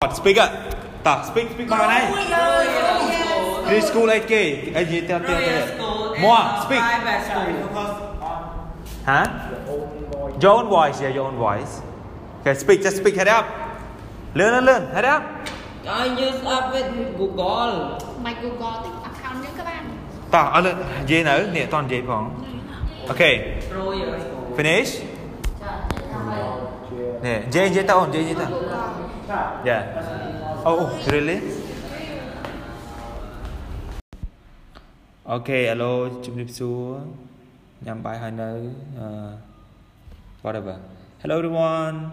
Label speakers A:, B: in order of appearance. A: Speak up. Tak, speak speak kau mana? Dari school lagi ke? Eh, dia tiap tiap tiap. Moa, speak.
B: eh, Private school.
A: Huh? Ha? Your own voice, yeah, your own voice. Okay, speak, just speak. Head up. Learn, learn, learn. Head up.
B: I use up with Google.
C: Mày Google tích account nhé các bạn
A: Tak, ada je nở, nè, toàn je phong. Okay,
B: Private school.
A: finish. Nè, je je tahun, je je tahun. Yeah. Ya. Oh, really? Ok, alo, chụp điệp xua Nhằm bài hai nơi uh, Whatever Hello everyone